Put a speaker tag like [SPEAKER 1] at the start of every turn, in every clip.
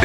[SPEAKER 1] It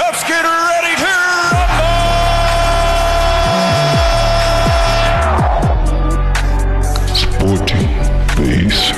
[SPEAKER 2] let's get ready to rumble!
[SPEAKER 3] Sporting base.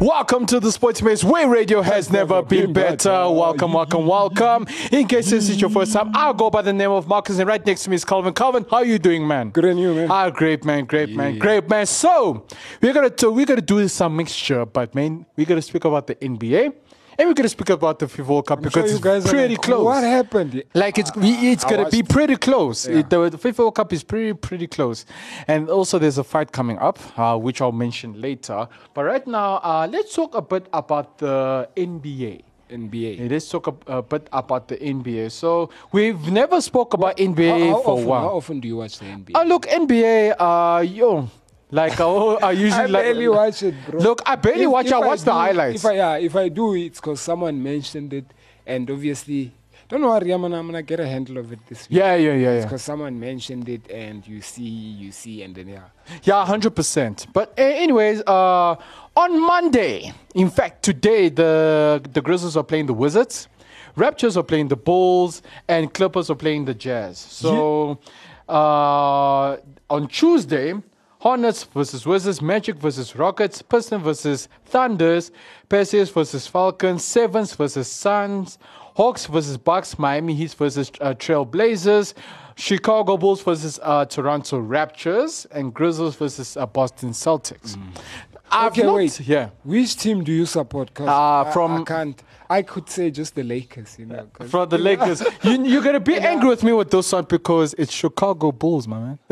[SPEAKER 4] Welcome to the Sports Base where radio has never been better. Welcome, welcome, welcome. In case this is your first time, I'll go by the name of Marcus, and right next to me is Calvin. Calvin, how are you doing, man?
[SPEAKER 5] Good and you, man.
[SPEAKER 4] Ah, great, man, great, man, great, man. So we're gonna do, we're gonna do some mixture, but man, we're gonna speak about the NBA. And we're gonna speak about the FIFA World Cup
[SPEAKER 5] sure
[SPEAKER 4] because
[SPEAKER 5] you guys
[SPEAKER 4] it's
[SPEAKER 5] are
[SPEAKER 4] pretty
[SPEAKER 5] like,
[SPEAKER 4] close.
[SPEAKER 5] "What happened?"
[SPEAKER 4] Like it's we, it's
[SPEAKER 5] Ah, I
[SPEAKER 4] gonna be
[SPEAKER 5] watched-
[SPEAKER 4] pretty close.
[SPEAKER 5] Yeah.
[SPEAKER 4] It- the, the FIFA World Cup is pretty pretty close, and also there's a fight coming up, uh, which I'll mention later. But right now, uh, let's talk a bit about the NBA. Yeah,
[SPEAKER 5] NBA.
[SPEAKER 4] Let's talk a, a bit about the NBA. So we've never spoke about
[SPEAKER 5] How,
[SPEAKER 4] NBA
[SPEAKER 5] how
[SPEAKER 4] for
[SPEAKER 5] often,
[SPEAKER 4] a while.
[SPEAKER 5] how often do you watch the NBA?
[SPEAKER 4] Oh, look, NBA, uh, yo, like I, I usually
[SPEAKER 5] I
[SPEAKER 4] like,
[SPEAKER 5] barely watch it, bro.
[SPEAKER 4] Look, I barely watch. I watch
[SPEAKER 5] do,
[SPEAKER 4] the highlights.
[SPEAKER 5] If I, yeah, if I do, it's because someone mentioned it, and obviously, don't worry, I'm gonna, I'm gonna get a handle of it this week.
[SPEAKER 4] yeah, yeah, yeah,
[SPEAKER 5] It's
[SPEAKER 4] yeah,
[SPEAKER 5] because someone mentioned it, and you see, you see, and then yeah.
[SPEAKER 4] yeah, hundred percent. But a- anyways, uh, on Monday, in fact, today the the Grizzlies are playing the Wizards, Raptors are playing the Bulls, and Clippers are playing the Jazz. So, uh, on Tuesday, Hornets versus Wizards, Magic versus Rockets, Pistons versus Thunders, Pacers versus Falcons, Sevens versus Suns, Hawks versus Bucks, Miami Heat versus uh, Trail Blazers, Chicago Bulls versus uh, Toronto Raptors, and Grizzlies versus uh, Boston Celtics. I've
[SPEAKER 5] okay,
[SPEAKER 4] not-
[SPEAKER 5] Mm. wait.
[SPEAKER 4] Yeah.
[SPEAKER 5] Which team do you support? 'Cause
[SPEAKER 4] Uh,
[SPEAKER 5] I- I
[SPEAKER 4] from- Uh,
[SPEAKER 5] can't. I could say just the Lakers, you know. 'cause-
[SPEAKER 4] From the Lakers, you, you're gonna be angry with me with this one because it's Chicago Bulls, my man.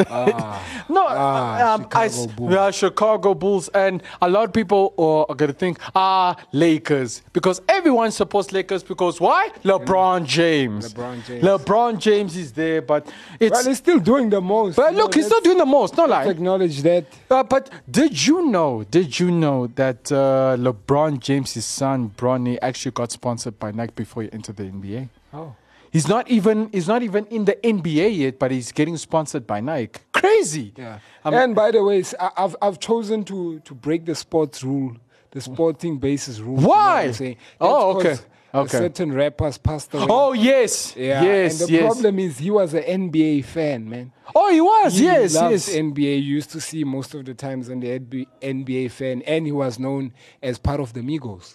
[SPEAKER 4] no,
[SPEAKER 5] Ah,
[SPEAKER 4] um, I s-
[SPEAKER 5] Chicago Bulls.
[SPEAKER 4] yeah, Chicago Bulls, and a lot of people are, are gonna think ah Lakers because everyone supports Lakers because why? LeBron James.
[SPEAKER 5] Mm. LeBron James.
[SPEAKER 4] LeBron James is there, but it's
[SPEAKER 5] Well, he's still doing the most.
[SPEAKER 4] but
[SPEAKER 5] you know,
[SPEAKER 4] look, he's not
[SPEAKER 5] let's
[SPEAKER 4] doing the most. Not like
[SPEAKER 5] Acknowledge that.
[SPEAKER 4] uh, but did you know? Did you know that uh, LeBron James' son Bronny actually got sponsored by Nike before he entered the NBA?
[SPEAKER 5] Oh.
[SPEAKER 4] He's not even he's not even in the NBA yet, but he's getting sponsored by Nike. Crazy.
[SPEAKER 5] Yeah.
[SPEAKER 4] Um,
[SPEAKER 5] and by the way, s- I, have I've chosen to to break the sports rule, the sporting basis rule. you know what
[SPEAKER 4] Why?
[SPEAKER 5] I'm saying?
[SPEAKER 4] Oh,
[SPEAKER 5] That's 'cause
[SPEAKER 4] okay. Okay.
[SPEAKER 5] a Certain rappers passed away.
[SPEAKER 4] oh yes.
[SPEAKER 5] yeah.
[SPEAKER 4] Yes.
[SPEAKER 5] And the
[SPEAKER 4] yes.
[SPEAKER 5] problem is he was an NBA fan, man.
[SPEAKER 4] oh, he was.
[SPEAKER 5] He
[SPEAKER 4] yes.
[SPEAKER 5] loved
[SPEAKER 4] Yes.
[SPEAKER 5] NBA. You used to see most of the times on the NB NBA fan, and he was known as part of the Migos.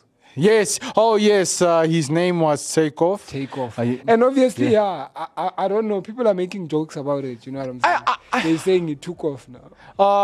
[SPEAKER 4] yes. Oh yes. Uh, his name was Takeoff.
[SPEAKER 5] Take off,
[SPEAKER 4] Uh, he-
[SPEAKER 5] and obviously, uh, yeah, I, I, I don't know. People are making jokes about it. You know what I'm saying? They're saying he took off now.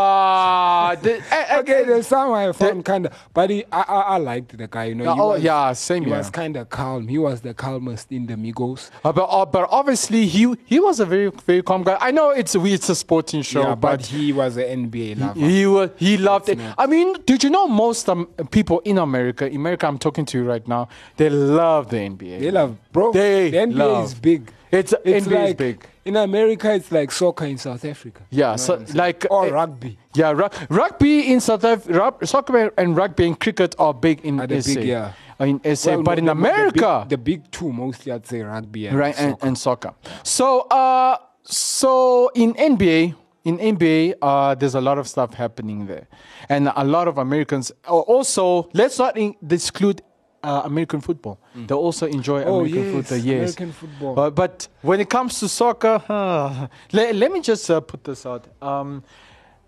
[SPEAKER 4] Ah. the- eh, eh,
[SPEAKER 5] okay, there's some I found kind of, but he, I, I I liked the guy. You know,
[SPEAKER 4] Yeah,
[SPEAKER 5] he
[SPEAKER 4] oh,
[SPEAKER 5] was,
[SPEAKER 4] yeah, same,
[SPEAKER 5] He
[SPEAKER 4] yeah.
[SPEAKER 5] was kind of calm. He was the calmest in the Migos.
[SPEAKER 4] Uh, but, uh, but obviously he he was a very very calm guy. I know it's we it's a sporting show,
[SPEAKER 5] yeah, but,
[SPEAKER 4] but
[SPEAKER 5] he was an NBA lover.
[SPEAKER 4] He wa- he loved it.
[SPEAKER 5] It's not-
[SPEAKER 4] I mean, did you know most um, people in America, America, I'm talking to you right now, they love the NBA.
[SPEAKER 5] they love, bro.
[SPEAKER 4] They
[SPEAKER 5] the NBA is
[SPEAKER 4] love.
[SPEAKER 5] big.
[SPEAKER 4] It's, NBA
[SPEAKER 5] like,
[SPEAKER 4] is big.
[SPEAKER 5] In America, it's like soccer in South Africa. You know
[SPEAKER 4] Yeah,
[SPEAKER 5] what
[SPEAKER 4] so
[SPEAKER 5] I'm saying?
[SPEAKER 4] like
[SPEAKER 5] or
[SPEAKER 4] eh,
[SPEAKER 5] rugby.
[SPEAKER 4] Yeah, ru- rugby in South Africa, soccer and rugby and cricket are big in
[SPEAKER 5] Are they
[SPEAKER 4] SA.
[SPEAKER 5] big, yeah.
[SPEAKER 4] In SA,
[SPEAKER 5] Well,
[SPEAKER 4] but in
[SPEAKER 5] no, the- the big-
[SPEAKER 4] America,
[SPEAKER 5] the big, two mostly, I'd say rugby and
[SPEAKER 4] right and
[SPEAKER 5] soccer.
[SPEAKER 4] and soccer. So uh, so in NBA. In NBA, uh, there's a lot of stuff happening there, and a lot of Americans. oh, Also, let's not in- exclude uh, American football. They also enjoy
[SPEAKER 5] Mm. Oh,
[SPEAKER 4] American
[SPEAKER 5] yes,
[SPEAKER 4] football. Yes,
[SPEAKER 5] American football.
[SPEAKER 4] Uh, but when it comes to soccer, huh, let, let me just uh, put this out. Um,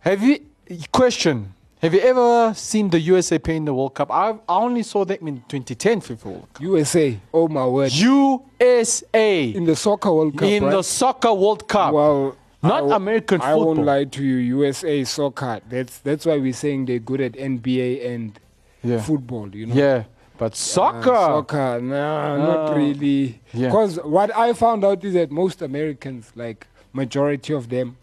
[SPEAKER 4] have you question? Have you ever seen the USA play in the World Cup? I've, I only saw them in 2010 FIFA World Cup.
[SPEAKER 5] USA. Oh my word!
[SPEAKER 4] USA
[SPEAKER 5] in the soccer World Cup,
[SPEAKER 4] in
[SPEAKER 5] right?
[SPEAKER 4] the soccer World Cup.
[SPEAKER 5] Well,
[SPEAKER 4] Not
[SPEAKER 5] I wo-
[SPEAKER 4] American
[SPEAKER 5] I won't
[SPEAKER 4] football.
[SPEAKER 5] lie to you. USA soccer. That's that's why we're saying they're good at NBA and
[SPEAKER 4] Yeah.
[SPEAKER 5] football. You know.
[SPEAKER 4] yeah, but
[SPEAKER 5] Uh,
[SPEAKER 4] soccer. Ah.
[SPEAKER 5] soccer. Nah, not really.
[SPEAKER 4] Yeah.
[SPEAKER 5] Because what I
[SPEAKER 4] Hmm.
[SPEAKER 5] found out is that most Americans, like majority of them,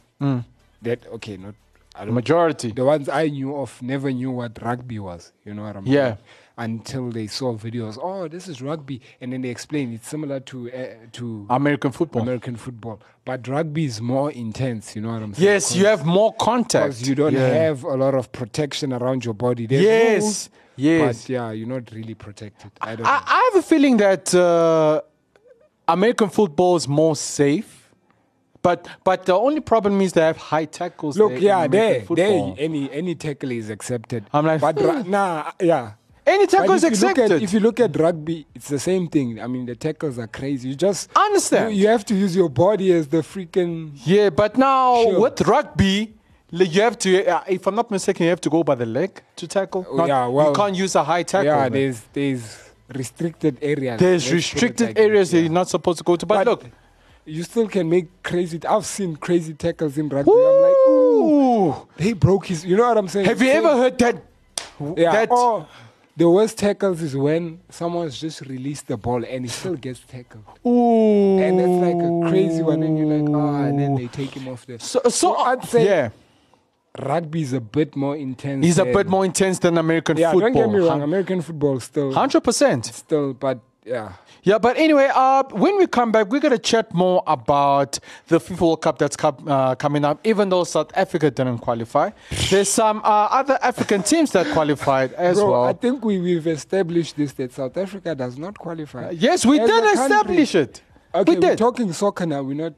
[SPEAKER 5] that okay, not
[SPEAKER 4] The majority.
[SPEAKER 5] The ones I knew of never knew what rugby was. You know what I'm
[SPEAKER 4] Yeah.
[SPEAKER 5] saying? Until they saw videos. Oh, this is rugby, and then they explain it's similar to uh, to
[SPEAKER 4] American football.
[SPEAKER 5] American football, but rugby is more intense. You know what I'm saying?
[SPEAKER 4] Yes, you have more contact.
[SPEAKER 5] because you don't
[SPEAKER 4] Yeah.
[SPEAKER 5] have a lot of protection around your body. There's
[SPEAKER 4] Yes,
[SPEAKER 5] rules,
[SPEAKER 4] yes. Ah,
[SPEAKER 5] But yeah, you're not really protected. I don't.
[SPEAKER 4] I,
[SPEAKER 5] know.
[SPEAKER 4] I have a feeling that uh, American football is more safe, but but the only problem is they have high tackles.
[SPEAKER 5] Look,
[SPEAKER 4] there in
[SPEAKER 5] yeah, there,
[SPEAKER 4] American
[SPEAKER 5] there,
[SPEAKER 4] football.
[SPEAKER 5] any any tackle is accepted.
[SPEAKER 4] I'm like,
[SPEAKER 5] but ra- nah, yeah.
[SPEAKER 4] any
[SPEAKER 5] "Hmm." But
[SPEAKER 4] tackle is
[SPEAKER 5] if you look at-
[SPEAKER 4] accepted.
[SPEAKER 5] if you look at rugby, it's the same thing. I mean, the tackles are crazy. You just
[SPEAKER 4] I understand.
[SPEAKER 5] You, you have to use your body as the freaking.
[SPEAKER 4] yeah, but now
[SPEAKER 5] Sure.
[SPEAKER 4] with rugby. li- You have to, uh, if I'm not mistaken, you have to go by the leg to tackle.
[SPEAKER 5] Oh,
[SPEAKER 4] Not-
[SPEAKER 5] yeah, well,
[SPEAKER 4] you can't use a high tackle.
[SPEAKER 5] yeah,
[SPEAKER 4] man. there's
[SPEAKER 5] there's there's restricted areas. Let's put it
[SPEAKER 4] restricted
[SPEAKER 5] like that,
[SPEAKER 4] areas that
[SPEAKER 5] yeah.
[SPEAKER 4] you're not supposed to go to. But, look,
[SPEAKER 5] you still can make crazy. I've seen crazy tackles in rugby. I'm like, ooh,
[SPEAKER 4] ooh,
[SPEAKER 5] he broke his. You know what I'm saying?
[SPEAKER 4] have you
[SPEAKER 5] So-
[SPEAKER 4] ever heard that?
[SPEAKER 5] Yeah. Oh.
[SPEAKER 4] that
[SPEAKER 5] or the worst tackles is when someone's just released the ball and he still gets tackled.
[SPEAKER 4] ooh,
[SPEAKER 5] and that's like a crazy one. And you're like, ah, and then they take him off the.
[SPEAKER 4] So, so,
[SPEAKER 5] I'd say
[SPEAKER 4] yeah.
[SPEAKER 5] rugby is a bit more intense.
[SPEAKER 4] He's a
[SPEAKER 5] than-
[SPEAKER 4] bit more intense than American
[SPEAKER 5] Yeah,
[SPEAKER 4] football.
[SPEAKER 5] don't get me wrong. American football still,
[SPEAKER 4] Hundred percent.
[SPEAKER 5] still, but yeah,
[SPEAKER 4] Yeah, but anyway, uh, when we come back, we're gonna chat more about the FIFA World Cup that's com- uh, coming up. Even though South Africa didn't qualify, there's some uh, other African teams that qualified as
[SPEAKER 5] bro,
[SPEAKER 4] well.
[SPEAKER 5] I think we we've established this that South Africa does not qualify.
[SPEAKER 4] yes, we
[SPEAKER 5] As a
[SPEAKER 4] did
[SPEAKER 5] country-
[SPEAKER 4] establish it.
[SPEAKER 5] Okay,
[SPEAKER 4] we did.
[SPEAKER 5] are talking soccer now. We're not.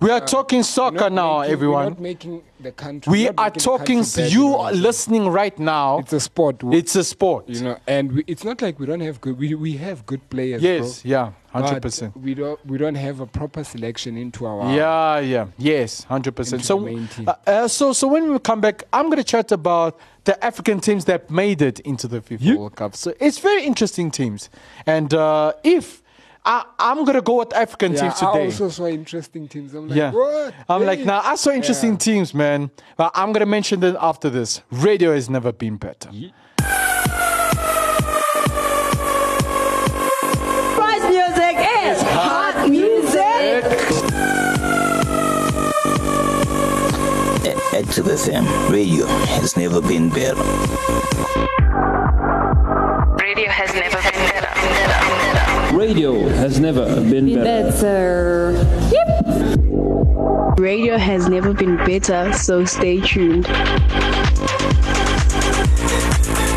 [SPEAKER 4] we are talking
[SPEAKER 5] we're
[SPEAKER 4] soccer
[SPEAKER 5] Uh, not
[SPEAKER 4] now,
[SPEAKER 5] making, We're
[SPEAKER 4] everyone.
[SPEAKER 5] not making the country.
[SPEAKER 4] We
[SPEAKER 5] we're not
[SPEAKER 4] are
[SPEAKER 5] making the
[SPEAKER 4] talking.
[SPEAKER 5] country bad,
[SPEAKER 4] you
[SPEAKER 5] know what
[SPEAKER 4] are
[SPEAKER 5] I'm saying?
[SPEAKER 4] listening right now.
[SPEAKER 5] It's a sport. w-
[SPEAKER 4] It's a sport.
[SPEAKER 5] you know, and we, it's not like we don't have good. We we have good players.
[SPEAKER 4] yes.
[SPEAKER 5] bro,
[SPEAKER 4] Yeah.
[SPEAKER 5] but uh,
[SPEAKER 4] Hundred percent.
[SPEAKER 5] We don't we don't have a proper selection into our.
[SPEAKER 4] Yeah, yeah, yes, hundred percent.
[SPEAKER 5] Into
[SPEAKER 4] So,
[SPEAKER 5] the main team.
[SPEAKER 4] uh, uh, so, so when we come back, I'm going to chat about the African teams that made it into the FIFA World Cup. So it's very interesting teams, and uh, if I, I'm going to go with African
[SPEAKER 5] Yeah,
[SPEAKER 4] teams
[SPEAKER 5] I
[SPEAKER 4] today.
[SPEAKER 5] also saw interesting teams. I'm like,
[SPEAKER 4] yeah,
[SPEAKER 5] what?
[SPEAKER 4] I'm like,
[SPEAKER 5] Hey.
[SPEAKER 4] now nah, I saw interesting
[SPEAKER 5] Yeah.
[SPEAKER 4] teams, man. But I'm gonna mention them after this. Radio has never been better.
[SPEAKER 6] Prize music is hot music.
[SPEAKER 7] at Active FM. Radio has never been better.
[SPEAKER 8] Radio has never been better.
[SPEAKER 9] Radio has never been better.
[SPEAKER 10] Radio has never been better, so stay tuned.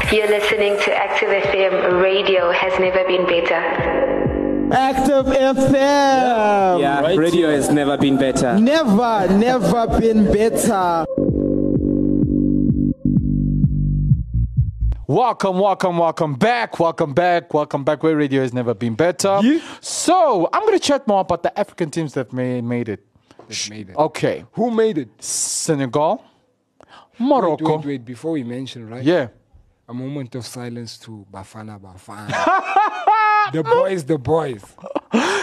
[SPEAKER 8] You're listening to Active FM. Radio has never been better.
[SPEAKER 11] Active FM.
[SPEAKER 9] Yeah, radio has never been better.
[SPEAKER 11] Never, never been better.
[SPEAKER 4] Welcome, welcome, welcome back, welcome back, welcome back. Where radio has never been better. So I'm gonna chat more about the African teams that may, made it. Sh-
[SPEAKER 5] made it.
[SPEAKER 4] Okay,
[SPEAKER 5] Who made it?
[SPEAKER 4] Senegal,
[SPEAKER 5] Wait,
[SPEAKER 4] Morocco.
[SPEAKER 5] wait, wait. Before we mention, right?
[SPEAKER 4] Yeah,
[SPEAKER 5] A moment of silence to Bafana Bafana. the boys, the boys.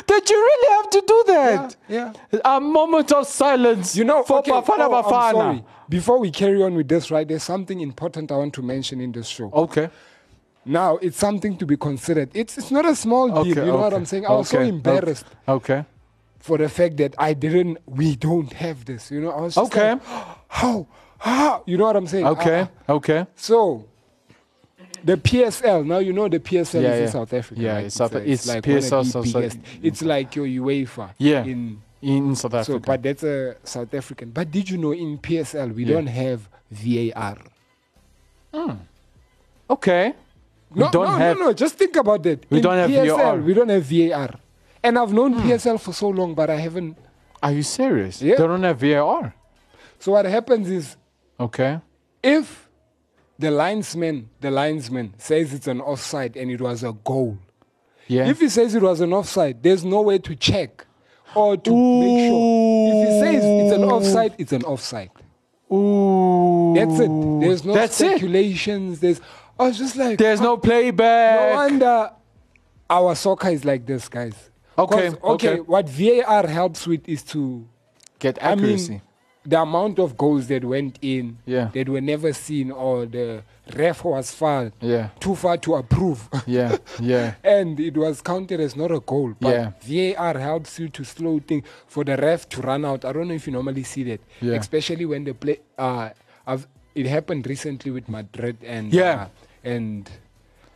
[SPEAKER 4] did you really have to do that?
[SPEAKER 5] Yeah,
[SPEAKER 4] A moment of silence.
[SPEAKER 5] You know,
[SPEAKER 4] for
[SPEAKER 5] okay,
[SPEAKER 4] Bafana
[SPEAKER 5] oh, I'm
[SPEAKER 4] Bafana.
[SPEAKER 5] sorry. Before we carry on with this, right? There's something important I want to mention in this show.
[SPEAKER 4] Okay.
[SPEAKER 5] Now, it's something to be considered. It's it's not a small deal.
[SPEAKER 4] Okay.
[SPEAKER 5] you know what
[SPEAKER 4] okay,
[SPEAKER 5] I'm saying? I was so
[SPEAKER 4] okay,
[SPEAKER 5] embarrassed
[SPEAKER 4] Okay. okay.
[SPEAKER 5] for the fact that I didn't. We don't have this. You know, I was just
[SPEAKER 4] Okay.
[SPEAKER 5] like, how? How? You know what I'm saying?
[SPEAKER 4] Okay.
[SPEAKER 5] Ah, ah.
[SPEAKER 4] Okay.
[SPEAKER 5] so. The PSL now you know the PSL
[SPEAKER 4] Yeah,
[SPEAKER 5] is in
[SPEAKER 4] yeah.
[SPEAKER 5] South Africa.
[SPEAKER 4] Yeah,
[SPEAKER 5] right?
[SPEAKER 4] it's South-
[SPEAKER 5] a-
[SPEAKER 4] it's
[SPEAKER 5] like one of
[SPEAKER 4] PSL
[SPEAKER 5] the E
[SPEAKER 4] South-
[SPEAKER 5] biggest- It's like your UEFA.
[SPEAKER 4] Yeah.
[SPEAKER 5] In
[SPEAKER 4] In South Africa.
[SPEAKER 5] so, but that's a South African. But did you know in PSL we
[SPEAKER 4] Yeah.
[SPEAKER 5] don't have VAR?
[SPEAKER 4] okay.
[SPEAKER 5] No,
[SPEAKER 4] don't
[SPEAKER 5] no,
[SPEAKER 4] have-
[SPEAKER 5] no, no. Just think about that.
[SPEAKER 4] We
[SPEAKER 5] In
[SPEAKER 4] don't have
[SPEAKER 5] PSL,
[SPEAKER 4] VAR.
[SPEAKER 5] We don't have VAR. And I've known
[SPEAKER 4] Hmm.
[SPEAKER 5] PSL for so long, but I haven't.
[SPEAKER 4] Are you serious?
[SPEAKER 5] Yeah.
[SPEAKER 4] They don't have VAR.
[SPEAKER 5] So what happens is
[SPEAKER 4] Okay.
[SPEAKER 5] if the linesman, the linesman says it's an offside and it was a goal.
[SPEAKER 4] Yeah.
[SPEAKER 5] If he says it was an offside, there's no way to check or to make sure. If he says it's an offside, it's an offside.
[SPEAKER 4] Ooh.
[SPEAKER 5] That's it. There's no
[SPEAKER 4] That's it.
[SPEAKER 5] speculations. There's I was just like
[SPEAKER 4] There's no
[SPEAKER 5] No
[SPEAKER 4] playback.
[SPEAKER 5] wonder our soccer is like this, guys. 'Cause,
[SPEAKER 4] Okay, okay.
[SPEAKER 5] okay. What VAR helps with is to,
[SPEAKER 4] Get
[SPEAKER 5] I
[SPEAKER 4] accuracy.
[SPEAKER 5] mean, the amount of goals that went in
[SPEAKER 4] Yeah.
[SPEAKER 5] that were never seen, or the ref was far
[SPEAKER 4] Yeah.
[SPEAKER 5] too far to approve.
[SPEAKER 4] yeah, yeah.
[SPEAKER 5] And it was counted as not a goal. But VAR helps you to slow things for the ref to run out. I don't know if you normally see that,
[SPEAKER 4] Yeah.
[SPEAKER 5] especially when the play. Uh, I've, it happened recently with Madrid and
[SPEAKER 4] Yeah.
[SPEAKER 5] uh, and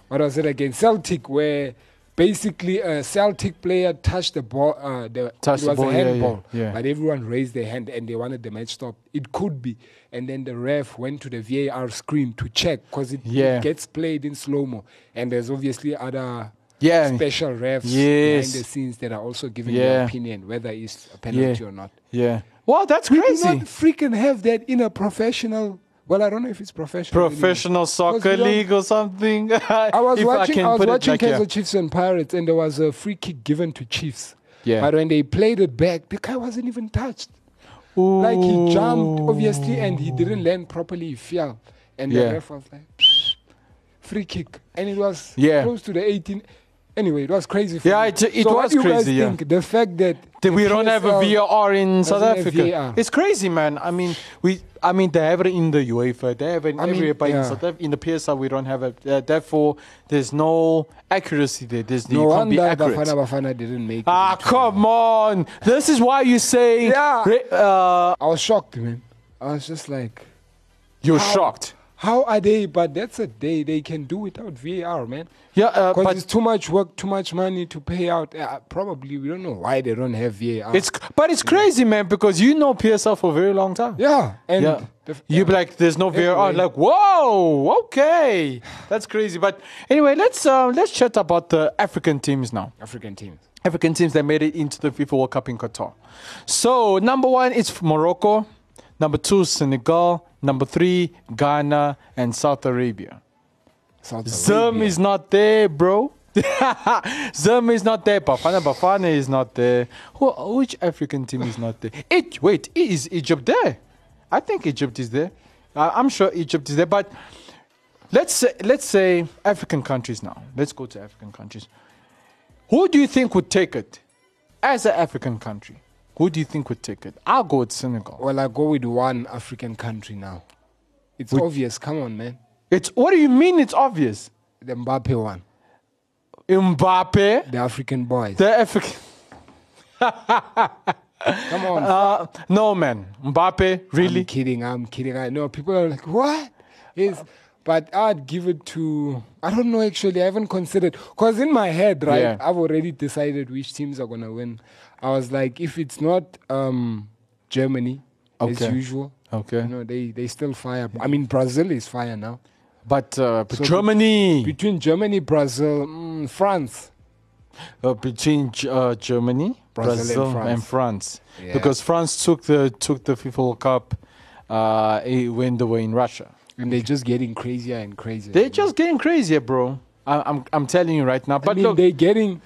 [SPEAKER 5] what was it again? Celtic, where basically a Celtic player touched the ball. Uh, the,
[SPEAKER 4] Touched
[SPEAKER 5] it
[SPEAKER 4] the
[SPEAKER 5] was
[SPEAKER 4] ball,
[SPEAKER 5] a
[SPEAKER 4] yeah, yeah,
[SPEAKER 5] handball,
[SPEAKER 4] yeah.
[SPEAKER 5] but everyone raised their hand and they wanted the match stopped. It could be, and then the ref went to the VAR screen to check because it, it
[SPEAKER 4] Yeah.
[SPEAKER 5] gets played in slow mo, and there's obviously other.
[SPEAKER 4] Yeah.
[SPEAKER 5] Special refs
[SPEAKER 4] Yes.
[SPEAKER 5] behind the scenes that are also giving their
[SPEAKER 4] Yeah.
[SPEAKER 5] opinion whether it's a penalty or not.
[SPEAKER 4] Yeah. Wow, that's
[SPEAKER 5] We
[SPEAKER 4] crazy.
[SPEAKER 5] do not freaking have that in a professional. Well, I don't know if it's professional. anymore.
[SPEAKER 4] Professional
[SPEAKER 5] 'Cause we
[SPEAKER 4] soccer
[SPEAKER 5] don't-
[SPEAKER 4] league or something.
[SPEAKER 5] I was watching. I, was watching Kaiser Chiefs and Pirates, and there was a free kick given to Chiefs.
[SPEAKER 4] Yeah.
[SPEAKER 5] But when they played it back, the guy wasn't even touched. Like he jumped, obviously, and he didn't land properly. He fell, and
[SPEAKER 4] Yeah.
[SPEAKER 5] the ref was like, "Free kick," and it was
[SPEAKER 4] Yeah.
[SPEAKER 5] close to the 18. Anyway, it was crazy. For
[SPEAKER 4] Yeah,
[SPEAKER 5] me.
[SPEAKER 4] it- it
[SPEAKER 5] so what
[SPEAKER 4] was
[SPEAKER 5] do you guys
[SPEAKER 4] crazy, yeah.
[SPEAKER 5] Think the fact that
[SPEAKER 4] Did
[SPEAKER 5] the
[SPEAKER 4] we don't have a
[SPEAKER 5] PSL
[SPEAKER 4] VAR in South
[SPEAKER 5] doesn't have
[SPEAKER 4] Africa.
[SPEAKER 5] VAR.
[SPEAKER 4] It's crazy, man. I mean, we. I mean, they have it in the UEFA. They have it
[SPEAKER 5] I mean,
[SPEAKER 4] everywhere, but in,
[SPEAKER 5] yeah.
[SPEAKER 4] South Af- in the PSL we don't have it. Uh, therefore, there's no accuracy there. There's
[SPEAKER 5] No
[SPEAKER 4] you can't be
[SPEAKER 5] wonder
[SPEAKER 4] accurate.
[SPEAKER 5] Bafana Bafana didn't make it.
[SPEAKER 4] Ah, come on! This is why you say
[SPEAKER 5] Yeah.
[SPEAKER 4] re- uh,
[SPEAKER 5] I was shocked, man. I was just like,
[SPEAKER 4] you're
[SPEAKER 5] How-
[SPEAKER 4] shocked.
[SPEAKER 5] how are they? But that's a day they can do without VAR, man.
[SPEAKER 4] Yeah, uh,
[SPEAKER 5] Because
[SPEAKER 4] but
[SPEAKER 5] it's too much work, too much money to pay out. Uh, probably we don't know why they don't have VAR.
[SPEAKER 4] It's but it's crazy, man, because you know PSL for a very long time.
[SPEAKER 5] yeah, and
[SPEAKER 4] yeah.
[SPEAKER 5] the f-
[SPEAKER 4] You'd be like, "There's no VAR." I'm
[SPEAKER 5] Anyway.
[SPEAKER 4] Like, whoa, okay, that's crazy. But anyway, let's uh, let's chat about the African teams now.
[SPEAKER 5] African teams.
[SPEAKER 4] African teams that made it into the FIFA World Cup in Qatar. So number one is Morocco, number two Senegal, number three Ghana, and South Arabia.
[SPEAKER 5] South
[SPEAKER 4] Zim
[SPEAKER 5] Arabia.
[SPEAKER 4] is not there, bro. Zim is not there. Bafana Bafana is not there. Who, which African team is not there? It, wait, i- is Egypt there? I think Egypt is there. I I'm sure Egypt is there. But let's say, let's say African countries now. Let's go to African countries. Who do you think would take it as an African country? Who do you think would take it? I'll go with Senegal.
[SPEAKER 5] Well, I go with one African country now. It's obvious. Come on, man.
[SPEAKER 4] It's what do you mean? It's obvious.
[SPEAKER 5] The Mbappe one,
[SPEAKER 4] Mbappe,
[SPEAKER 5] the African boys.
[SPEAKER 4] the African.
[SPEAKER 5] Come on.
[SPEAKER 4] Uh, no, man. Mbappe, really?
[SPEAKER 5] I'm kidding. I'm kidding. I know people are like, what? Yes. But I'd give it to. I don't know actually. I haven't considered. Because in my head, right,
[SPEAKER 4] Yeah.
[SPEAKER 5] I've already decided which teams are going to win. I was like, if it's not um, Germany, as
[SPEAKER 4] Okay.
[SPEAKER 5] usual.
[SPEAKER 4] Okay.
[SPEAKER 5] You know, they, they still fire. I mean, Brazil is fire now.
[SPEAKER 4] But, uh, but
[SPEAKER 5] So
[SPEAKER 4] Germany,
[SPEAKER 5] Between Germany, Brazil, mm, France.
[SPEAKER 4] uh, between G- uh, Germany,
[SPEAKER 5] Brazil
[SPEAKER 4] Brazil,
[SPEAKER 5] and
[SPEAKER 4] and France,
[SPEAKER 5] Yeah.
[SPEAKER 4] because France took the took the FIFA World Cup uh, eh, when they were in Russia.
[SPEAKER 5] And they're just getting crazier and crazier.
[SPEAKER 4] They're
[SPEAKER 5] you know.
[SPEAKER 4] just getting crazier, bro. I, I'm I'm telling you right now. But
[SPEAKER 5] I mean,
[SPEAKER 4] look,
[SPEAKER 5] they're getting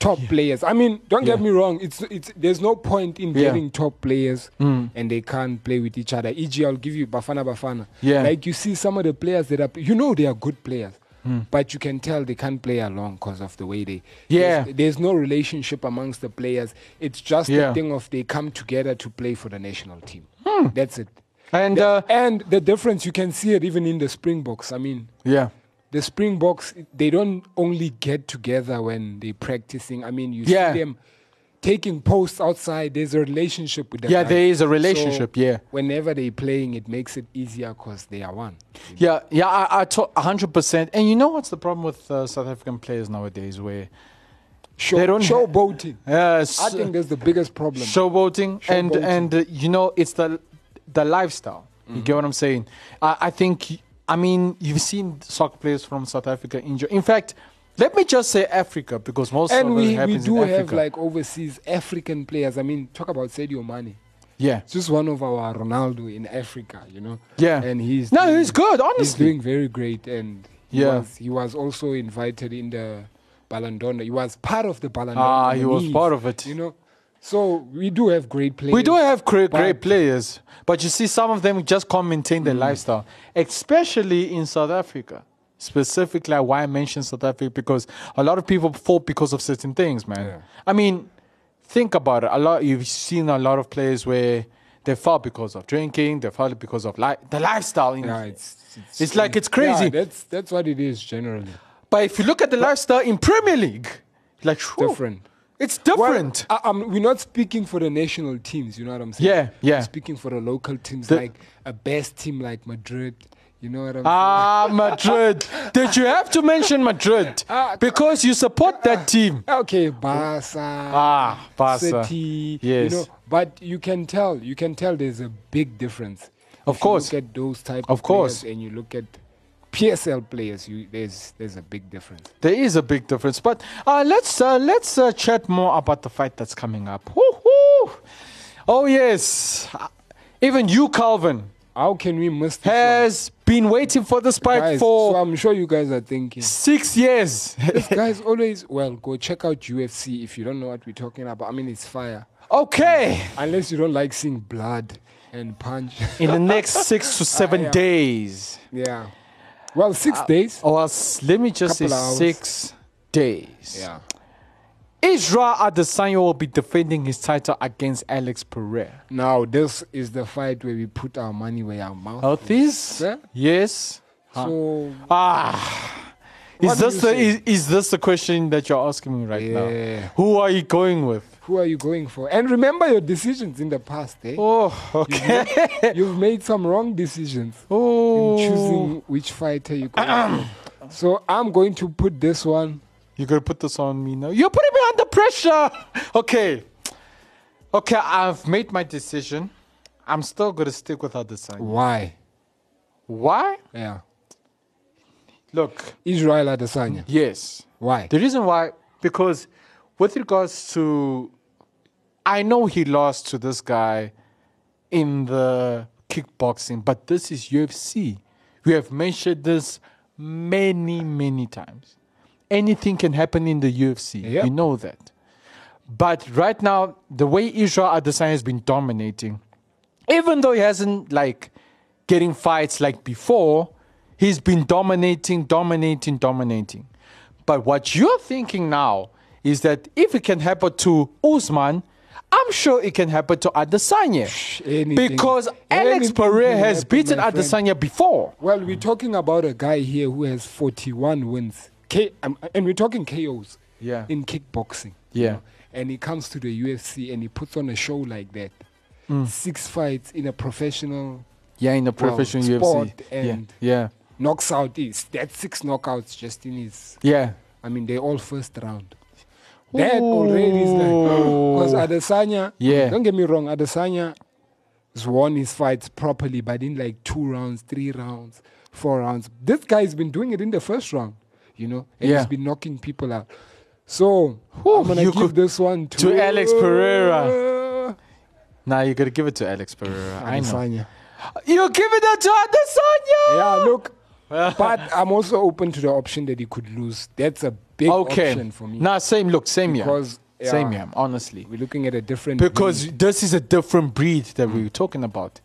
[SPEAKER 5] top players. I mean, don't get
[SPEAKER 4] Yeah.
[SPEAKER 5] me wrong. It's it's there's no point in
[SPEAKER 4] Yeah. Mm.
[SPEAKER 5] getting top players and they can't play with each other. E.g., I'll give you Bafana Bafana.
[SPEAKER 4] Yeah.
[SPEAKER 5] like you see some of the players that are you know they are good players.
[SPEAKER 4] Mm.
[SPEAKER 5] But you can tell they can't play along because of the way they.
[SPEAKER 4] Yeah.
[SPEAKER 5] There's, there's no relationship amongst the players. It's just
[SPEAKER 4] Yeah. Hmm.
[SPEAKER 5] the thing of they come together to play for the national team. That's it.
[SPEAKER 4] and
[SPEAKER 5] The-
[SPEAKER 4] uh,
[SPEAKER 5] and the difference you can see it even in the Springboks. I mean,
[SPEAKER 4] yeah,
[SPEAKER 5] the Springboks, they don't only get together when they're practicing. I mean, you
[SPEAKER 4] Yeah.
[SPEAKER 5] see them taking posts outside. There's a relationship with them.
[SPEAKER 4] Yeah, there is a relationship, yeah.
[SPEAKER 5] Whenever they're playing, it makes it easier because they are one.
[SPEAKER 4] yeah, yeah. I, I to- 100%. And you know what's the problem with uh, South African players nowadays? Where
[SPEAKER 5] Show,
[SPEAKER 4] They don't ha-
[SPEAKER 5] showboating.
[SPEAKER 4] uh,
[SPEAKER 5] I think that's the biggest problem.
[SPEAKER 4] showboating and
[SPEAKER 5] Showboating.
[SPEAKER 4] and uh, you know it's the the lifestyle you
[SPEAKER 5] Mm-hmm.
[SPEAKER 4] get what i'm saying I, I think i mean you've seen soccer players from south africa injure in fact let me just say africa because most
[SPEAKER 5] and
[SPEAKER 4] of it
[SPEAKER 5] we, we
[SPEAKER 4] happens
[SPEAKER 5] do
[SPEAKER 4] in
[SPEAKER 5] have
[SPEAKER 4] africa
[SPEAKER 5] like overseas African players. I mean, talk about Sadio Mane.
[SPEAKER 4] yeah
[SPEAKER 5] It's just one of our Ronaldo in Africa, you know.
[SPEAKER 4] Yeah.
[SPEAKER 5] and he's
[SPEAKER 4] no
[SPEAKER 5] doing-
[SPEAKER 4] he's good
[SPEAKER 5] He's
[SPEAKER 4] honestly
[SPEAKER 5] doing very great, and he
[SPEAKER 4] Yeah.
[SPEAKER 5] was, he was also invited in the Ballon d'Or. He was part of the Ballon d'Or.
[SPEAKER 4] Ah, he was
[SPEAKER 5] nominees,
[SPEAKER 4] part of it.
[SPEAKER 5] You know, so we do have great players.
[SPEAKER 4] we do have great, great
[SPEAKER 5] but-
[SPEAKER 4] players but you see some of them just can't maintain
[SPEAKER 5] Mm.
[SPEAKER 4] their lifestyle especially in south africa specifically like why i mentioned south africa because a lot of people fall because of certain things man
[SPEAKER 5] Yeah.
[SPEAKER 4] i mean think about it. A lot you've seen a lot of players where they fall because of drinking, they fall because of li- the lifestyle. In,
[SPEAKER 5] Yeah,
[SPEAKER 4] it's,
[SPEAKER 5] it's,
[SPEAKER 4] like it's
[SPEAKER 5] yeah,
[SPEAKER 4] crazy.
[SPEAKER 5] that's that's what it is generally.
[SPEAKER 4] but if you look at the lifestyle in Premier League, like whew,
[SPEAKER 5] Different.
[SPEAKER 4] It's different.
[SPEAKER 5] Well, I, I'm- we're not speaking for the national teams. You know what I'm saying?
[SPEAKER 4] Yeah, yeah.
[SPEAKER 5] We're speaking for the local teams,
[SPEAKER 4] The-
[SPEAKER 5] like a best team like Madrid. You know what I'm
[SPEAKER 4] Ah, Madrid. Did you have to mention Madrid?
[SPEAKER 5] Ah,
[SPEAKER 4] Because you support that team.
[SPEAKER 5] saying? Okay, Barca.
[SPEAKER 4] Ah, Barca.
[SPEAKER 5] City.
[SPEAKER 4] Yes.
[SPEAKER 5] You know, but you can tell. You can tell. There's a big difference.
[SPEAKER 4] Of
[SPEAKER 5] If
[SPEAKER 4] course.
[SPEAKER 5] You look at those type
[SPEAKER 4] Of
[SPEAKER 5] of, players
[SPEAKER 4] course.
[SPEAKER 5] and you look at PSL players. You there's there's a big difference.
[SPEAKER 4] There is a big difference, but uh, let's uh, let's uh, chat more about the fight that's coming up. Woo-hoo! Oh yes, Uh, even you, Calvin,
[SPEAKER 5] How can we miss this
[SPEAKER 4] has been waiting for this
[SPEAKER 5] one?
[SPEAKER 4] fight
[SPEAKER 5] Guys,
[SPEAKER 4] for
[SPEAKER 5] so I'm sure you guys are thinking.
[SPEAKER 4] six years.
[SPEAKER 5] this guy's always well. Go check out UFC if you don't know what we're talking about. I mean, it's fire.
[SPEAKER 4] okay,
[SPEAKER 5] Unless you don't like seeing blood and punch.
[SPEAKER 4] in the next six to seven
[SPEAKER 5] Ah, yeah.
[SPEAKER 4] days.
[SPEAKER 5] yeah. Well, six
[SPEAKER 4] Uh,
[SPEAKER 5] days.
[SPEAKER 4] Or s- let me just
[SPEAKER 5] Couple
[SPEAKER 4] say
[SPEAKER 5] hours.
[SPEAKER 4] six days.
[SPEAKER 5] Yeah.
[SPEAKER 4] Israel Adesanya will be defending his title against Alex Pereira.
[SPEAKER 5] Now this is the fight where we put our money where our mouth.
[SPEAKER 4] How this?
[SPEAKER 5] Yeah.
[SPEAKER 4] Yes.
[SPEAKER 5] So
[SPEAKER 4] Ah.
[SPEAKER 5] What
[SPEAKER 4] Is
[SPEAKER 5] do
[SPEAKER 4] this
[SPEAKER 5] you
[SPEAKER 4] the
[SPEAKER 5] say?
[SPEAKER 4] is, is this the question that you're asking me right
[SPEAKER 5] Yeah.
[SPEAKER 4] now? Who are you going with?
[SPEAKER 5] who are you going for? And remember your decisions in the past, eh?
[SPEAKER 4] Oh, okay.
[SPEAKER 5] You've made some wrong decisions in
[SPEAKER 4] oh,
[SPEAKER 5] choosing which fighter you go. for. so I'm going to put this one.
[SPEAKER 4] you're gonna put this on me now. You're putting me under pressure. Okay, okay. I've made my decision. I'm still gonna stick with Adesanya.
[SPEAKER 5] Why?
[SPEAKER 4] Why?
[SPEAKER 5] Yeah.
[SPEAKER 4] Look,
[SPEAKER 5] Israel Adesanya.
[SPEAKER 4] Mm. yes.
[SPEAKER 5] Why?
[SPEAKER 4] The reason why, because with regards to, I know he lost to this guy in the kickboxing, but this is UFC. We have mentioned this many, many times. Anything can happen in the UFC.
[SPEAKER 5] Yep.
[SPEAKER 4] We know that. But right now, the way Israel Adesanya has been dominating, even though he hasn't like getting fights like before, he's been dominating, dominating, dominating. But what you're thinking now is that if it can happen to Usman, I'm sure it can happen to Adesanya.
[SPEAKER 5] anything-
[SPEAKER 4] because Alex
[SPEAKER 5] anything can
[SPEAKER 4] Pereira has
[SPEAKER 5] happen,
[SPEAKER 4] beaten
[SPEAKER 5] my friend.
[SPEAKER 4] Adesanya before.
[SPEAKER 5] Well, we're talking about a guy here who has 41 wins. K- um, and we're talking KOs
[SPEAKER 4] Yeah.
[SPEAKER 5] in kickboxing. you
[SPEAKER 4] Yeah.
[SPEAKER 5] know. And he comes to the UFC and he puts on a show like that.
[SPEAKER 4] Mm.
[SPEAKER 5] Six fights in a professional,
[SPEAKER 4] Yeah, in the
[SPEAKER 5] Well,
[SPEAKER 4] professional
[SPEAKER 5] sport
[SPEAKER 4] UFC.
[SPEAKER 5] and-
[SPEAKER 4] yeah.
[SPEAKER 5] knocks out is that's six knockouts just in his.
[SPEAKER 4] Yeah. yeah.
[SPEAKER 5] I mean, they all first round. That already is like. Because Adesanya,
[SPEAKER 4] Yeah.
[SPEAKER 5] don't get me wrong, Adesanya has won his fights properly, but in like two rounds, three rounds, four rounds. This guy's been doing it in the first round, you know, and
[SPEAKER 4] Yeah.
[SPEAKER 5] he's been knocking people out. So I'm going
[SPEAKER 4] you
[SPEAKER 5] to give
[SPEAKER 4] could-
[SPEAKER 5] this one to,
[SPEAKER 4] to Alex Pereira. Now you gotta give it to Alex Pereira. I know.
[SPEAKER 5] Adesanya.
[SPEAKER 4] You're giving that to Adesanya.
[SPEAKER 5] Yeah, look. but I'm also open to the option that he could lose. That's a big
[SPEAKER 4] okay.
[SPEAKER 5] option for me.
[SPEAKER 4] Nah, same look, same year.
[SPEAKER 5] Because,
[SPEAKER 4] Same
[SPEAKER 5] yeah.
[SPEAKER 4] year, honestly.
[SPEAKER 5] We're looking at a different
[SPEAKER 4] Because
[SPEAKER 5] breed.
[SPEAKER 4] this is a different breed that we were talking about.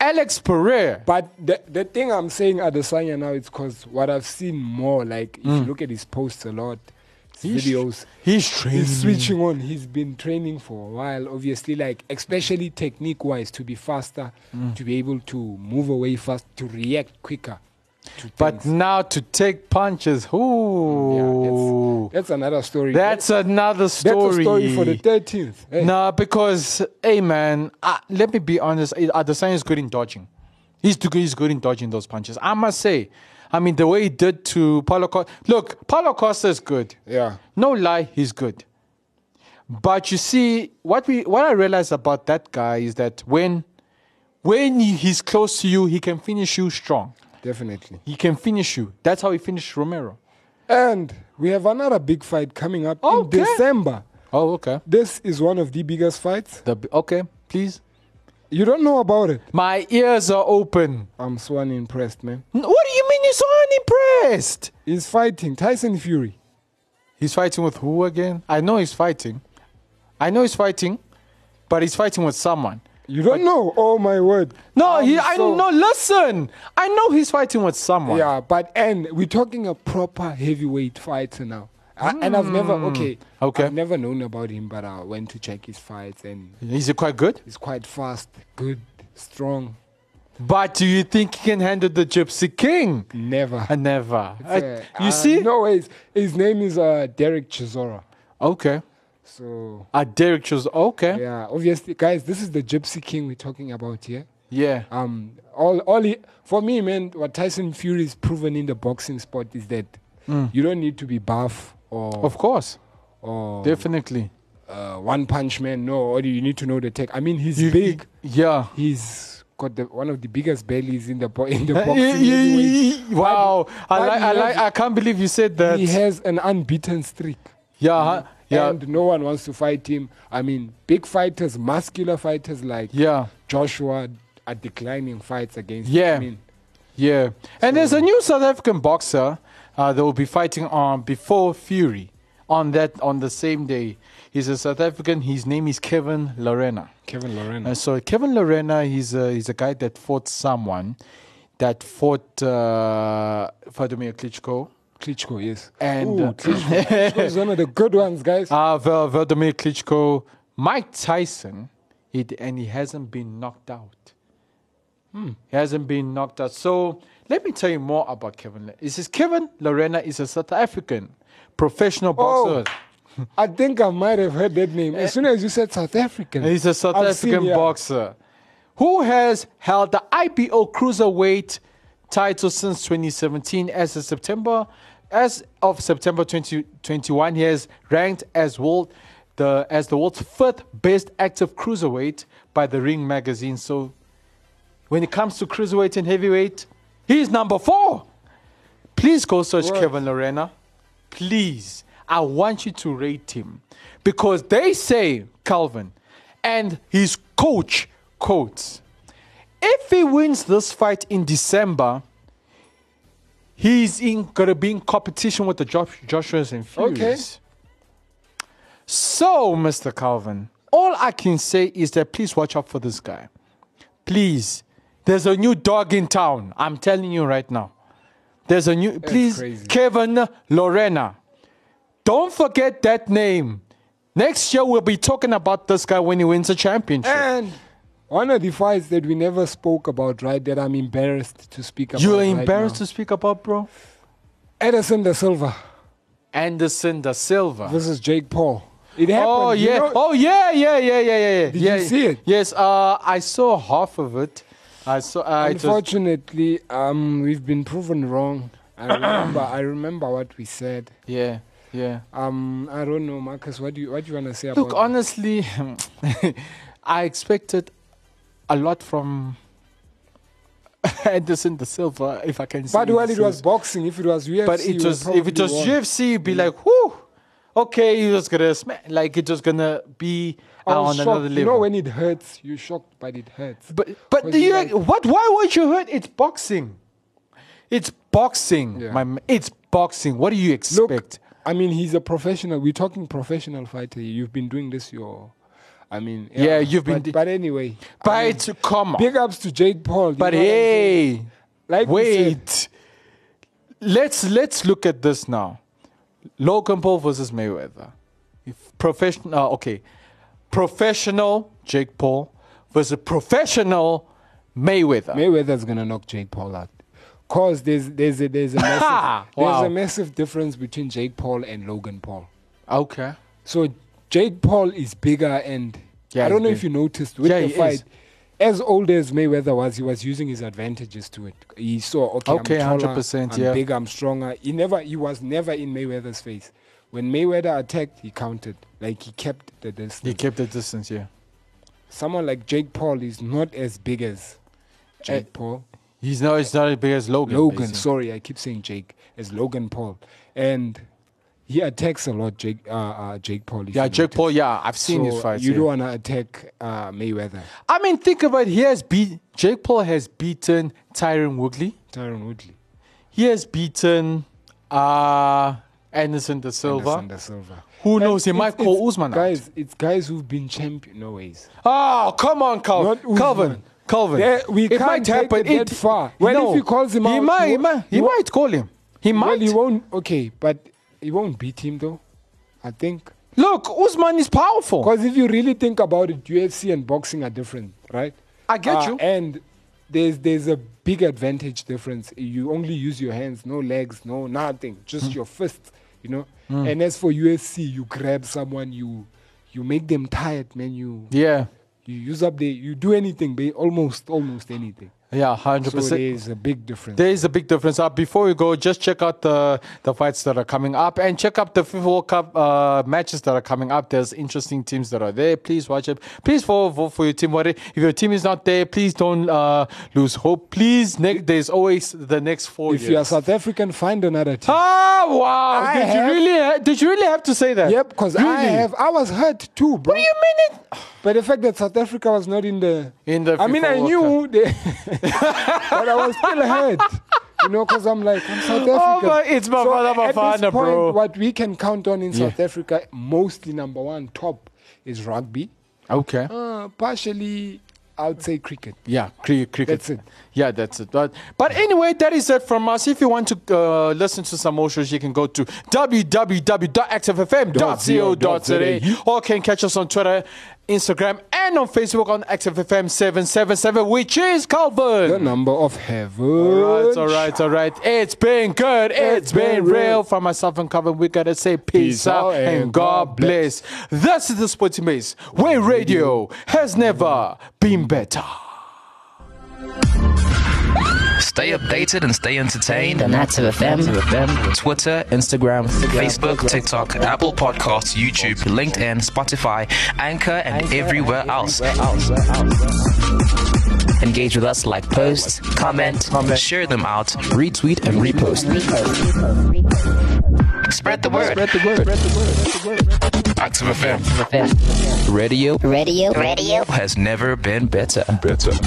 [SPEAKER 4] Alex Pereira.
[SPEAKER 5] But the, the thing I'm saying Adesanya now is because what I've seen more, like if
[SPEAKER 4] Mm.
[SPEAKER 5] you look at his posts a lot,
[SPEAKER 4] He's-
[SPEAKER 5] his videos,
[SPEAKER 4] He's training.
[SPEAKER 5] he's switching on. He's been training for a while, obviously, like especially technique wise, to be faster,
[SPEAKER 4] Mm.
[SPEAKER 5] to be able to move away fast, to react quicker. To
[SPEAKER 4] But
[SPEAKER 5] things.
[SPEAKER 4] now to take punches. Ooh.
[SPEAKER 5] yeah, that's, that's another story.
[SPEAKER 4] Oh. that's, another
[SPEAKER 5] That's
[SPEAKER 4] story.
[SPEAKER 5] a story for the 13th. Hey,
[SPEAKER 4] Nah, because hey man, uh, let me be honest. eh, Adesanya is good in dodging. He's too good. He's good in dodging those punches. I must say. I mean, the way he did to Paulo Costa. Look, Paulo Costa is good.
[SPEAKER 5] Yeah.
[SPEAKER 4] No lie, he's good. But you see, what we what I realized about that guy is that when when he's close to you, he can finish you strong.
[SPEAKER 5] Definitely.
[SPEAKER 4] He can finish you. That's how he finished Romero.
[SPEAKER 5] And we have another big fight coming up
[SPEAKER 4] Okay.
[SPEAKER 5] in December.
[SPEAKER 4] Oh, okay.
[SPEAKER 5] This is one of the biggest fights.
[SPEAKER 4] The, okay, please.
[SPEAKER 5] You don't know about it.
[SPEAKER 4] My ears are open.
[SPEAKER 5] I'm swan impressed, man.
[SPEAKER 4] N- What do you mean you're so unimpressed?
[SPEAKER 5] He's fighting Tyson Fury.
[SPEAKER 4] He's fighting with who again? I know he's fighting. I know he's fighting, but he's fighting with someone.
[SPEAKER 5] You don't know? Oh my word!
[SPEAKER 4] No,
[SPEAKER 5] I'm
[SPEAKER 4] he, I
[SPEAKER 5] so-
[SPEAKER 4] no. Listen, I know he's fighting with someone.
[SPEAKER 5] Yeah, but and we're talking a proper heavyweight fighter now. I, And I've never okay,
[SPEAKER 4] Hmm. Okay.
[SPEAKER 5] I've never known about him, but I went to check his fights, and
[SPEAKER 4] Is he quite good?
[SPEAKER 5] he's quite fast, good, strong.
[SPEAKER 4] But do you think he can handle the Gypsy King?
[SPEAKER 5] Never.
[SPEAKER 4] I never. I-
[SPEAKER 5] Uh,
[SPEAKER 4] you
[SPEAKER 5] uh,
[SPEAKER 4] see?
[SPEAKER 5] No, his his name is uh, Derek Chisora.
[SPEAKER 4] Okay.
[SPEAKER 5] So
[SPEAKER 4] Ah, Derek chose. Okay.
[SPEAKER 5] yeah, obviously, guys, this is the Gypsy King we're talking about here.
[SPEAKER 4] Yeah.
[SPEAKER 5] Um, all, all he, for me, man, what Tyson Fury's proven in the boxing sport is that
[SPEAKER 4] Mm.
[SPEAKER 5] you don't need to be buff or
[SPEAKER 4] Of course.
[SPEAKER 5] or
[SPEAKER 4] Definitely.
[SPEAKER 5] uh, one punch man. No, or you need to know the tech. I mean, he's big.
[SPEAKER 4] Yeah.
[SPEAKER 5] He's got the, one of the biggest bellies in the bo- in the
[SPEAKER 4] Eh,
[SPEAKER 5] boxing.
[SPEAKER 4] eh, eh,
[SPEAKER 5] anyway.
[SPEAKER 4] eh, wow. I
[SPEAKER 5] but
[SPEAKER 4] like,
[SPEAKER 5] he
[SPEAKER 4] I like.
[SPEAKER 5] has-
[SPEAKER 4] I can't believe you said that.
[SPEAKER 5] He has an unbeaten streak.
[SPEAKER 4] yeah. huh? Yeah.
[SPEAKER 5] And no one wants to fight him. I mean, big fighters, muscular fighters like
[SPEAKER 4] yeah.
[SPEAKER 5] Joshua are declining fights against
[SPEAKER 4] Yeah.
[SPEAKER 5] him. I mean,
[SPEAKER 4] Yeah. And there's a new South African boxer uh, that will be fighting on before Fury on that on the same day. He's a South African. His name is Kevin Lorena.
[SPEAKER 5] Kevin Lorena.
[SPEAKER 4] Uh, so Kevin Lorena, he's a, he's a guy that fought someone that fought uh, Vladimir Klitschko
[SPEAKER 5] Klitschko, yes.
[SPEAKER 4] and
[SPEAKER 5] Ooh,
[SPEAKER 4] uh,
[SPEAKER 5] Klitschko. Klitschko is one of the good ones, guys.
[SPEAKER 4] uh, Vel- Vladimir Klitschko, Mike Tyson, he, d- and he hasn't been knocked out. He hasn't been knocked out. So let me tell you more about Kevin. Le- It says Kevin Lorena is a South African professional
[SPEAKER 5] Oh.
[SPEAKER 4] boxer.
[SPEAKER 5] I think I might have heard that name. As soon as you said South African,
[SPEAKER 4] He's a South
[SPEAKER 5] I've seen,
[SPEAKER 4] African
[SPEAKER 5] yeah.
[SPEAKER 4] boxer who has held the IBO cruiserweight title since 2017. As of September, as of September 2021, he has ranked as world the as the world's fifth best active cruiserweight by the Ring magazine. So, when it comes to cruiserweight and heavyweight, he's number four. Please go search
[SPEAKER 5] Right.
[SPEAKER 4] Kevin Lorena. Please. I want you to rate him. Because they say, Calvin, and his coach quotes, if he wins this fight in December, he's in gonna be in competition with the Josh, Joshua's and
[SPEAKER 5] Okay.
[SPEAKER 4] Furies. So, Mr. Calvin, all I can say is that please watch out for this guy. Please. There's a new dog in town. I'm telling you right now. There's a new please
[SPEAKER 5] crazy.
[SPEAKER 4] Kevin Lorena. Don't forget that name. Next year we'll be talking about this guy when he wins a championship.
[SPEAKER 5] And one of the fights that we never spoke about, right? That I'm embarrassed to speak about.
[SPEAKER 4] You're
[SPEAKER 5] right
[SPEAKER 4] embarrassed
[SPEAKER 5] now.
[SPEAKER 4] to speak about, bro?
[SPEAKER 5] Edison da Silva
[SPEAKER 4] Anderson da Silva.
[SPEAKER 5] versus Jake Paul. It happened.
[SPEAKER 4] Oh
[SPEAKER 5] you
[SPEAKER 4] yeah!
[SPEAKER 5] know-
[SPEAKER 4] oh yeah! Yeah! Yeah! Yeah! Yeah! yeah.
[SPEAKER 5] Did
[SPEAKER 4] yeah.
[SPEAKER 5] you see it?
[SPEAKER 4] Yes. Uh, I saw half of it. I saw. Uh, it was,
[SPEAKER 5] Unfortunately, um, we've been proven wrong. I remember. I remember what we said.
[SPEAKER 4] yeah. Yeah.
[SPEAKER 5] Um, I don't know, Marcus. What do you What do you want to say
[SPEAKER 4] Look,
[SPEAKER 5] about?
[SPEAKER 4] honestly, I expected a lot from Anderson the Silva, if I can say.
[SPEAKER 5] But well,
[SPEAKER 4] this
[SPEAKER 5] it was
[SPEAKER 4] is-
[SPEAKER 5] boxing. If it was UFC,
[SPEAKER 4] but
[SPEAKER 5] we
[SPEAKER 4] it
[SPEAKER 5] were
[SPEAKER 4] was if it
[SPEAKER 5] probably
[SPEAKER 4] was
[SPEAKER 5] wrong.
[SPEAKER 4] UFC, it'd be like, whoo, okay, he was gonna smash, like it was gonna be
[SPEAKER 5] I
[SPEAKER 4] uh, on
[SPEAKER 5] was shocked.
[SPEAKER 4] another
[SPEAKER 5] You
[SPEAKER 4] level.
[SPEAKER 5] know when it hurts, you're shocked, but it hurts.
[SPEAKER 4] But but
[SPEAKER 5] Was
[SPEAKER 4] do
[SPEAKER 5] he
[SPEAKER 4] you
[SPEAKER 5] like-
[SPEAKER 4] what? Why weren't you hurt? It's boxing. It's boxing,
[SPEAKER 5] Yeah.
[SPEAKER 4] my man. It's boxing. What do you expect?
[SPEAKER 5] Look, I mean, he's a professional. We're talking professional fighter. You've been doing this your. I mean,
[SPEAKER 4] Yeah, you've been
[SPEAKER 5] but-
[SPEAKER 4] di-
[SPEAKER 5] but anyway, I
[SPEAKER 4] but
[SPEAKER 5] mean,
[SPEAKER 4] it's come on.
[SPEAKER 5] big ups to Jade Paul. you
[SPEAKER 4] but
[SPEAKER 5] know what I'm saying?
[SPEAKER 4] hey,
[SPEAKER 5] like we said,
[SPEAKER 4] wait. Let's let's look at this now. Logan Paul versus Mayweather. If professional, uh, okay, professional Jake Paul versus professional Mayweather.
[SPEAKER 5] Mayweather's gonna knock Jake Paul out. Cause there's there's a there's a massive, there's
[SPEAKER 4] Wow.
[SPEAKER 5] a massive difference between Jake Paul and Logan Paul.
[SPEAKER 4] okay.
[SPEAKER 5] So Jake Paul is bigger, and
[SPEAKER 4] Yeah,
[SPEAKER 5] I don't
[SPEAKER 4] he's
[SPEAKER 5] know
[SPEAKER 4] big.
[SPEAKER 5] if you noticed with
[SPEAKER 4] Yeah,
[SPEAKER 5] the
[SPEAKER 4] he
[SPEAKER 5] fight.
[SPEAKER 4] is.
[SPEAKER 5] As old as Mayweather was, he was using his advantages to it. He saw, okay,
[SPEAKER 4] Okay,
[SPEAKER 5] I'm taller,
[SPEAKER 4] 100%,
[SPEAKER 5] I'm
[SPEAKER 4] yeah.
[SPEAKER 5] bigger, I'm stronger. He never, he was never in Mayweather's face. When Mayweather attacked, he counted, like he kept the distance.
[SPEAKER 4] He kept the distance, yeah.
[SPEAKER 5] Someone like Jake Paul is not as big as Jake Paul.
[SPEAKER 4] He's not, he's not as big as Logan.
[SPEAKER 5] Logan,
[SPEAKER 4] basically.
[SPEAKER 5] sorry, I keep saying Jake as Logan Paul, and he attacks a lot. Jake, uh, uh, Jake Paul. if
[SPEAKER 4] Yeah,
[SPEAKER 5] you
[SPEAKER 4] Jake
[SPEAKER 5] notice.
[SPEAKER 4] Paul. Yeah, I've seen
[SPEAKER 5] so
[SPEAKER 4] his fights.
[SPEAKER 5] You
[SPEAKER 4] yeah.
[SPEAKER 5] don't want to attack uh, Mayweather,
[SPEAKER 4] I mean, think about. It. He has beat Jake Paul has beaten Tyron Woodley.
[SPEAKER 5] Tyron Woodley,
[SPEAKER 4] He has beaten uh Anderson da Silva.
[SPEAKER 5] Anderson da Silva.
[SPEAKER 4] Who
[SPEAKER 5] And
[SPEAKER 4] knows? He
[SPEAKER 5] it's-
[SPEAKER 4] might call
[SPEAKER 5] it's
[SPEAKER 4] Usman out.
[SPEAKER 5] Guys, it's guys who've been champion. No ways.
[SPEAKER 4] Oh, come on, Calvin.
[SPEAKER 5] Not Usman.
[SPEAKER 4] Calvin. Calvin.
[SPEAKER 5] There- we can't take it that far. Well, if he calls him
[SPEAKER 4] he
[SPEAKER 5] out,
[SPEAKER 4] might,
[SPEAKER 5] he
[SPEAKER 4] he
[SPEAKER 5] won't-
[SPEAKER 4] might, he
[SPEAKER 5] he won't-
[SPEAKER 4] might call him. He
[SPEAKER 5] Well,
[SPEAKER 4] might.
[SPEAKER 5] he won't. Okay, but he won't beat him though. I think
[SPEAKER 4] Look, Usman is powerful.
[SPEAKER 5] because if you really think about it, UFC and boxing are different, right? Uh,
[SPEAKER 4] I get you.
[SPEAKER 5] And there's there's a
[SPEAKER 4] Hmm.
[SPEAKER 5] big advantage difference. You only use your hands, no legs, no nothing, just your fists. you know.
[SPEAKER 4] Mm.
[SPEAKER 5] And as for USC, you grab someone, you you make them tired, man. You
[SPEAKER 4] Yeah.
[SPEAKER 5] you use up the you do anything, ba- almost almost anything.
[SPEAKER 4] Yeah, hundred
[SPEAKER 5] So
[SPEAKER 4] percent.
[SPEAKER 5] there's a big difference.
[SPEAKER 4] There is a big difference. Uh, before we go, just check out the the fights that are coming up and check out the FIFA World Cup uh, matches that are coming up. There's interesting teams that are there. Please watch it. Please vote, vote for your team. What if if your team is not there? Please don't uh, lose hope. Please, ne- there's always the next four
[SPEAKER 5] If
[SPEAKER 4] years.
[SPEAKER 5] you are South African, find another team.
[SPEAKER 4] Ah, wow!
[SPEAKER 5] I
[SPEAKER 4] did
[SPEAKER 5] have-
[SPEAKER 4] you really? Ha- did you really have to say that?
[SPEAKER 5] Yep, because I
[SPEAKER 4] Really?
[SPEAKER 5] have I was hurt too, bro.
[SPEAKER 4] What do you mean? It?
[SPEAKER 5] But the fact that South Africa was not in the
[SPEAKER 4] In the
[SPEAKER 5] I mean,
[SPEAKER 4] FIFA
[SPEAKER 5] I
[SPEAKER 4] World
[SPEAKER 5] knew, they, but I was still hurt. You know, because I'm like, I'm South
[SPEAKER 4] Oh
[SPEAKER 5] African.
[SPEAKER 4] my- it's my father, my
[SPEAKER 5] at this
[SPEAKER 4] father,
[SPEAKER 5] point,
[SPEAKER 4] bro.
[SPEAKER 5] What we can count on in
[SPEAKER 4] Yeah.
[SPEAKER 5] South Africa, mostly number one, top, is rugby.
[SPEAKER 4] Okay.
[SPEAKER 5] Uh, partially, I would say cricket.
[SPEAKER 4] Yeah, cri- cricket.
[SPEAKER 5] That's it.
[SPEAKER 4] Yeah, that's it. But, but anyway, that is it from us. If you want to uh, listen to some more shows, you can go to www.activefm.co.za or can catch us on Twitter, Instagram, and on Facebook on ActiveFM777, which is
[SPEAKER 5] The
[SPEAKER 4] Calvin.
[SPEAKER 5] number of heaven.
[SPEAKER 4] All right, all right, all right. It's been good. it's been real. For myself and Calvin, we got to say peace,
[SPEAKER 5] Peace
[SPEAKER 4] out
[SPEAKER 5] out
[SPEAKER 4] and,
[SPEAKER 5] and
[SPEAKER 4] God
[SPEAKER 5] God
[SPEAKER 4] bless. This is the Sporty Maze, where radio has never been better.
[SPEAKER 12] Stay updated and stay entertained.
[SPEAKER 13] The Nats of FM.
[SPEAKER 12] Twitter, Instagram, Facebook, TikTok, Apple Podcasts, YouTube, LinkedIn, Spotify, Anchor, and everywhere else. Engage with us like posts, comment, share them out, retweet, and repost. Spread the word. Spread the word. Active FM. Radio. Radio. Radio has never been better. Better.